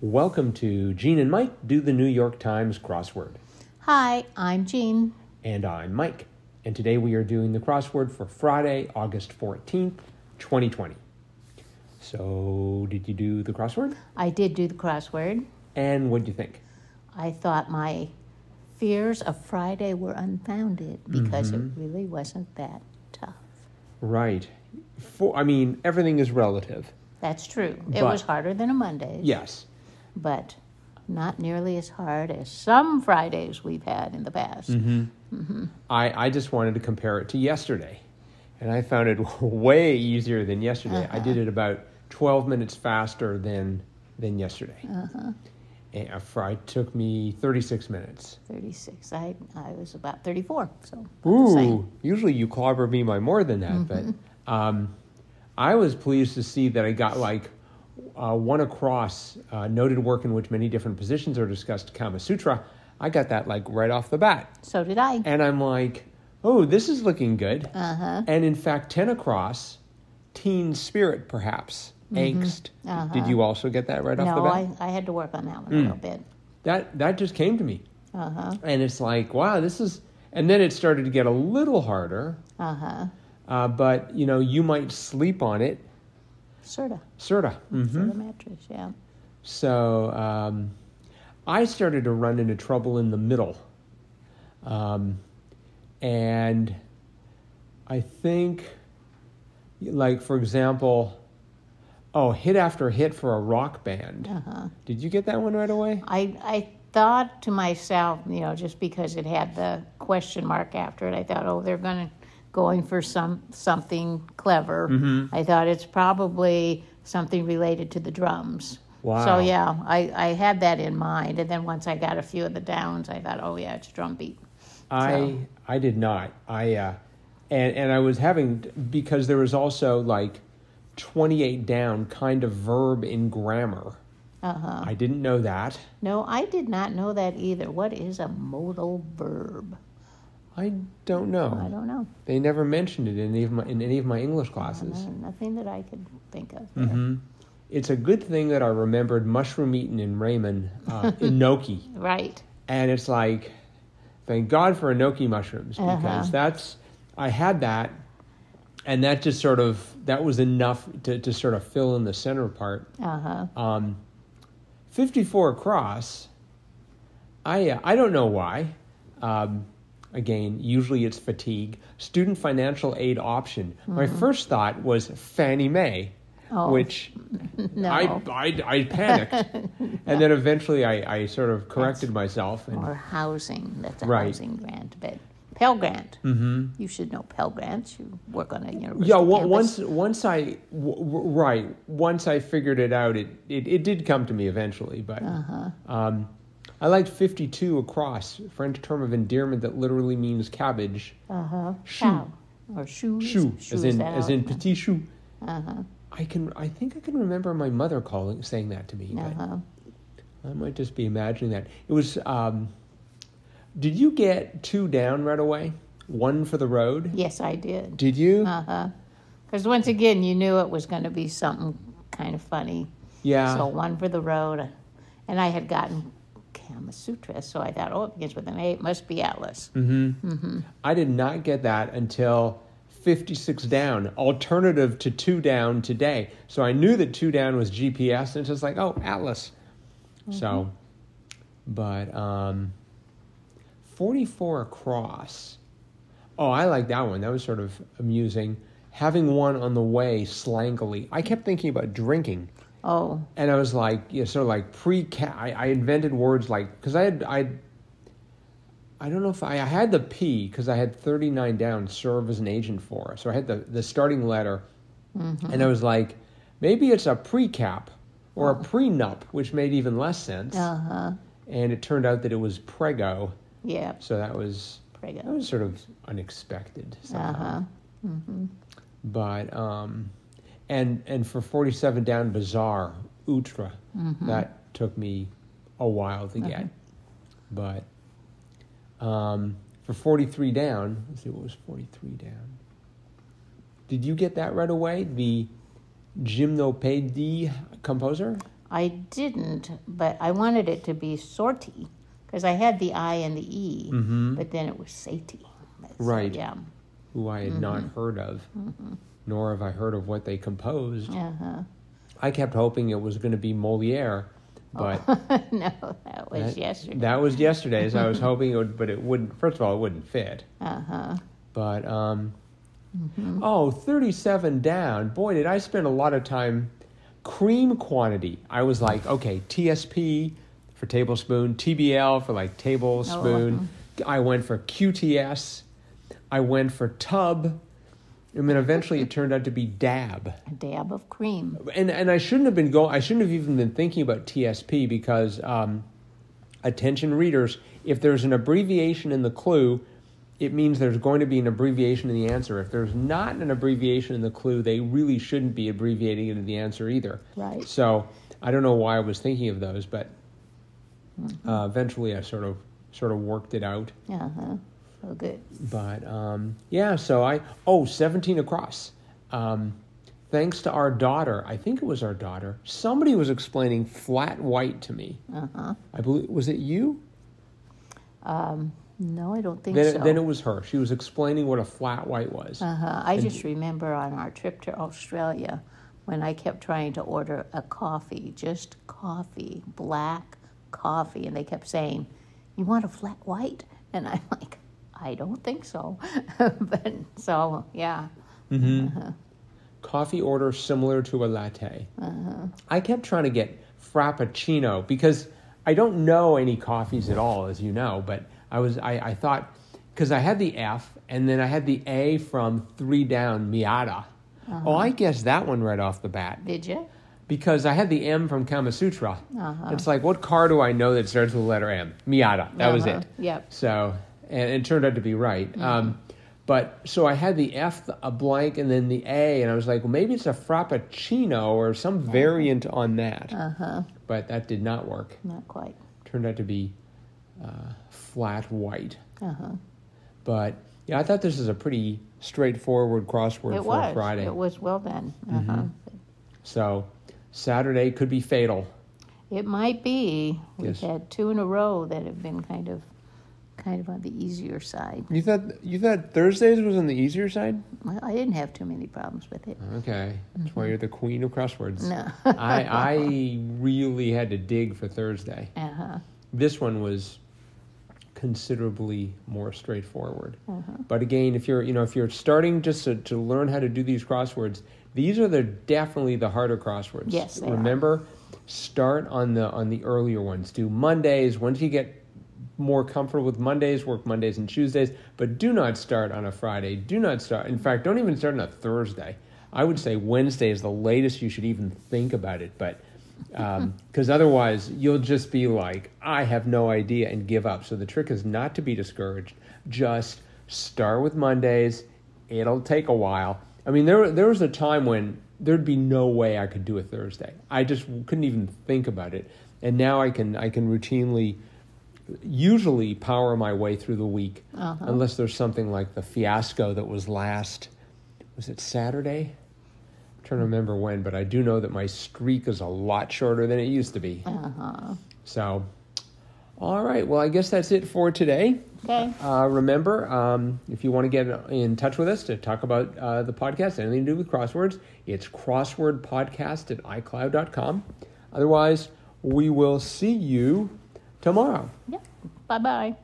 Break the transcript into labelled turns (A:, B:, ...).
A: Welcome to Gene and Mike do the New York Times crossword.
B: Hi, I'm Jean.
A: And I'm Mike. And today we are doing the crossword for Friday, August 14th, 2020. So, did you do the crossword?
B: I did do the crossword.
A: And what do you think?
B: I thought my fears of Friday were unfounded because
A: Mm-hmm.
B: it really wasn't that tough.
A: Right. For, I mean, everything is relative.
B: That's true. It
A: But-
B: was harder than a Monday,
A: Yes.
B: but not nearly as hard as some Fridays we've had in the past.
A: Mm-hmm. I, I just wanted to compare it to yesterday. And I found it way easier than yesterday. I
B: Uh-huh.
A: did it about 12 minutes faster than, than yesterday.
B: Uh-huh.
A: And a fry took me 36 minutes.
B: 36. I, I was about 34, so about the same. Mm-hmm.
A: Ooh, usually you clobber me by more than that. But um, I was pleased to see that I got like uh, one across uh, noted work in which many different positions are discussed, Kama Sutra. I got that like right off the bat.
B: So did I.
A: and I'm like, oh, this is looking good.
B: Uh-huh.
A: And in fact, 10 across, teen spirit, perhaps, angst. Did you also get that right off the
B: Mm-hmm. Uh-huh. no,
A: bat? Mm.
B: I, I had to work on that one a little bit.
A: That, that just came to me.
B: Uh-huh.
A: And it's like, wow, this is. And then it started to get a little harder,
B: Uh huh.
A: uh, but you know, you might sleep on it,
B: Serta.
A: Serta. Mm.
B: Serta mattress, yeah.
A: So um, I started to run into trouble in the middle. Um, and I think, like, for example, oh, hit after hit for a rock band. Did you get that one right away?
B: I, I thought to myself, you know, just because it had the question mark after it, I thought, oh, they're going to going for some something clever. I thought it's probably something related to the drums.
A: Wow.
B: So yeah, I, I had that in mind, and then once I got a few of the downs, I thought, oh yeah, it's drum beat.
A: I I did not. I uh, and and I was having because there was also like twenty eight down kind of verb in grammar. Uh-huh. I didn't know that.
B: No, I did not know that either. What is a modal verb?
A: I don't know.
B: I don't know.
A: They never mentioned it in any of my in any of my English classes.
B: No, nothing that I could think of.
A: It's a good thing that I remembered mushroom eating in Raymond uh, enoki,
B: Right.
A: and it's like, thank God for enoki mushrooms because that's I had that, and that just sort of that was enough to to sort of fill in the center part.
B: Uh huh.
A: Um, Fifty four across. I uh, I don't know why. Um, again, usually it's fatigue. Student financial aid option. My first thought was Fannie Mae,
B: Mm-hmm. Oh,
A: which
B: No.
A: I, I I panicked, and then eventually I, I sort of corrected myself. And
B: or housing. That's a
A: Right.
B: housing grant, but Pell Grant. Mm-hmm. You should know Pell Grants. You work on a university.
A: yeah, well,
B: campus.
A: once once I w- w- right once I figured it out, it it, it did come to me eventually. But
B: Uh-huh.
A: um, I liked fifty two across French term of endearment that literally means cabbage.
B: uh-huh.
A: shoe.
B: Cow. or shoes.
A: chou, as
B: Shoes, Uh-huh.
A: in
B: that
A: as
B: how-
A: in petit chou. I can I think I can remember my mother calling saying that to me. but
B: Uh-huh.
A: I might just be imagining that. It was. Um, did you get two down right away? One for the road.
B: Yes, I did.
A: Did you?
B: Uh huh. Because once again, you knew it was going to be something kind of funny.
A: yeah.
B: So one for the road, and I had gotten Kama Sutra, so I thought, oh, it begins with an A. It must be Atlas.
A: Mm. I did not get that until 56 down, alternative to two down today. So I knew that two down was GPS, and it's just like, oh, Atlas. So, but um, 44 across. Oh, I like that one. That was sort of amusing. Having one on the way slangily. I kept thinking about drinking
B: Oh,
A: and I was like, you know, sort of like pre. I, I invented words like because I had I. I don't know if I, I had the P because I had 39 down serve as an agent for. So I had the, the starting letter. And I was like, maybe it's a precap or a prenup, which made even less sense.
B: uh huh.
A: And it turned out that it was prego.
B: Yeah,
A: So that was
B: Prego.
A: that was sort of unexpected somehow. But um, and and for forty seven down bizarre ultra
B: Mm.
A: that took me a while to get, but um, for forty three down, let's see what was forty three down. Did you get that right away? The Gymnopédie composer.
B: I didn't, but I wanted it to be sortie because I had the I and the E, but then it was sati. That's-
A: Mm-hmm. Right.
B: Yeah.
A: who I had not heard of, nor have I heard of what they composed.
B: Uh-huh.
A: I kept hoping it was going to be Moliere, but
B: Oh, no, that was
A: that,
B: yesterday.
A: that was yesterday's. I was hoping it would, but it wouldn't. First of all, it wouldn't fit.
B: Uh huh.
A: But um, oh, 37 down. Boy, did I spend a lot of time cream quantity. I was like, okay, TSP for tablespoon, TBL for like tablespoon. I went for QTS. I went for tub. And then eventually it turned out to be dab.
B: A dab of cream.
A: And and I shouldn't have been going. I shouldn't have even been thinking about TSP because um, attention readers, if there's an abbreviation in the clue, it means there's going to be an abbreviation in the answer. If there's not an abbreviation in the clue, they really shouldn't be abbreviating it in the answer either.
B: Right.
A: So I don't know why I was thinking of those, but uh, eventually I sort of sort of worked it out.
B: Uh huh. So good.
A: But um, yeah, so I oh 17 across. Um, thanks to our daughter, I think it was our daughter. Somebody was explaining flat white to me. Uh-huh. I believe was it you?
B: No, I don't think
A: Then,
B: so.
A: then it was her. She was explaining what a flat white was.
B: Uh-huh. I just remember on our trip to Australia when I kept trying to order a coffee, just coffee, black coffee, and they kept saying, "You want a flat white?" And I'm like, "I don't think so." but so yeah,
A: Coffee order similar to a latte. I kept trying to get frappuccino because I don't know any coffees at all, as you know. But I was I, I thought because I had the F and then I had the A from three down Miata. Oh, I guessed that one right off the bat
B: did you?
A: because I had the M from Kama Sutra.
B: Uh-huh.
A: It's like, what car do I know that starts with the letter M? Miata. That was
B: Uh-huh.
A: it.
B: Yep. Mm-hmm.
A: So, and it turned out to be right. Um, but so I had the F, a blank, and then the A, and I was like, well, maybe it's a Frappuccino or some
B: Uh-huh.
A: variant on that. Uh-huh. But that did not work.
B: Not quite.
A: Turned out to be uh, flat white.
B: Uh huh.
A: But yeah, I thought this is a pretty straightforward crossword
B: It
A: for
B: was.
A: Friday. Mm-hmm.
B: It was well done. Uh-huh.
A: So Saturday could be fatal.
B: It might be. We've
A: Yes.
B: had two in a row that have been kind of, kind of on the easier side.
A: You thought you thought Thursdays was on the easier side?
B: Well, I didn't have too many problems with it.
A: Okay, that's why you're the queen of crosswords.
B: Mm-hmm. No.
A: I I really had to dig for Thursday.
B: Uh huh.
A: This one was considerably more straightforward.
B: Mm-hmm.
A: But again, if you're you know if you're starting just to, to learn how to do these crosswords, these are the definitely the harder crosswords.
B: Yes, they are.
A: remember, start on the on the earlier ones. Do Mondays once you get more comfortable with Mondays, work Mondays and Tuesdays, but do not start on a Friday. Do not start. In fact, don't even start on a Thursday. I would say Wednesday is the latest you should even think about it, but because otherwise you'll just be like, I have no idea and give up. So the trick is not to be discouraged. Just start with Mondays. It'll take a while. I mean, there there was a time when there'd be no way I could do a Thursday. I just couldn't even think about it. And now I can I can routinely usually power my way through the week unless there's something like the fiasco that was last was it Saturday? I'm trying to remember when, but I do know that my streak is a lot shorter than it used to be. So all right, well I guess that's it for today.
B: Okay.
A: Uh, remember, um, if you want to get in touch with us to talk about uh, the podcast, anything to do with crosswords, it's crosswordpodcast at icloud.com. Otherwise, we will see you tomorrow.
B: Yep. Bye bye.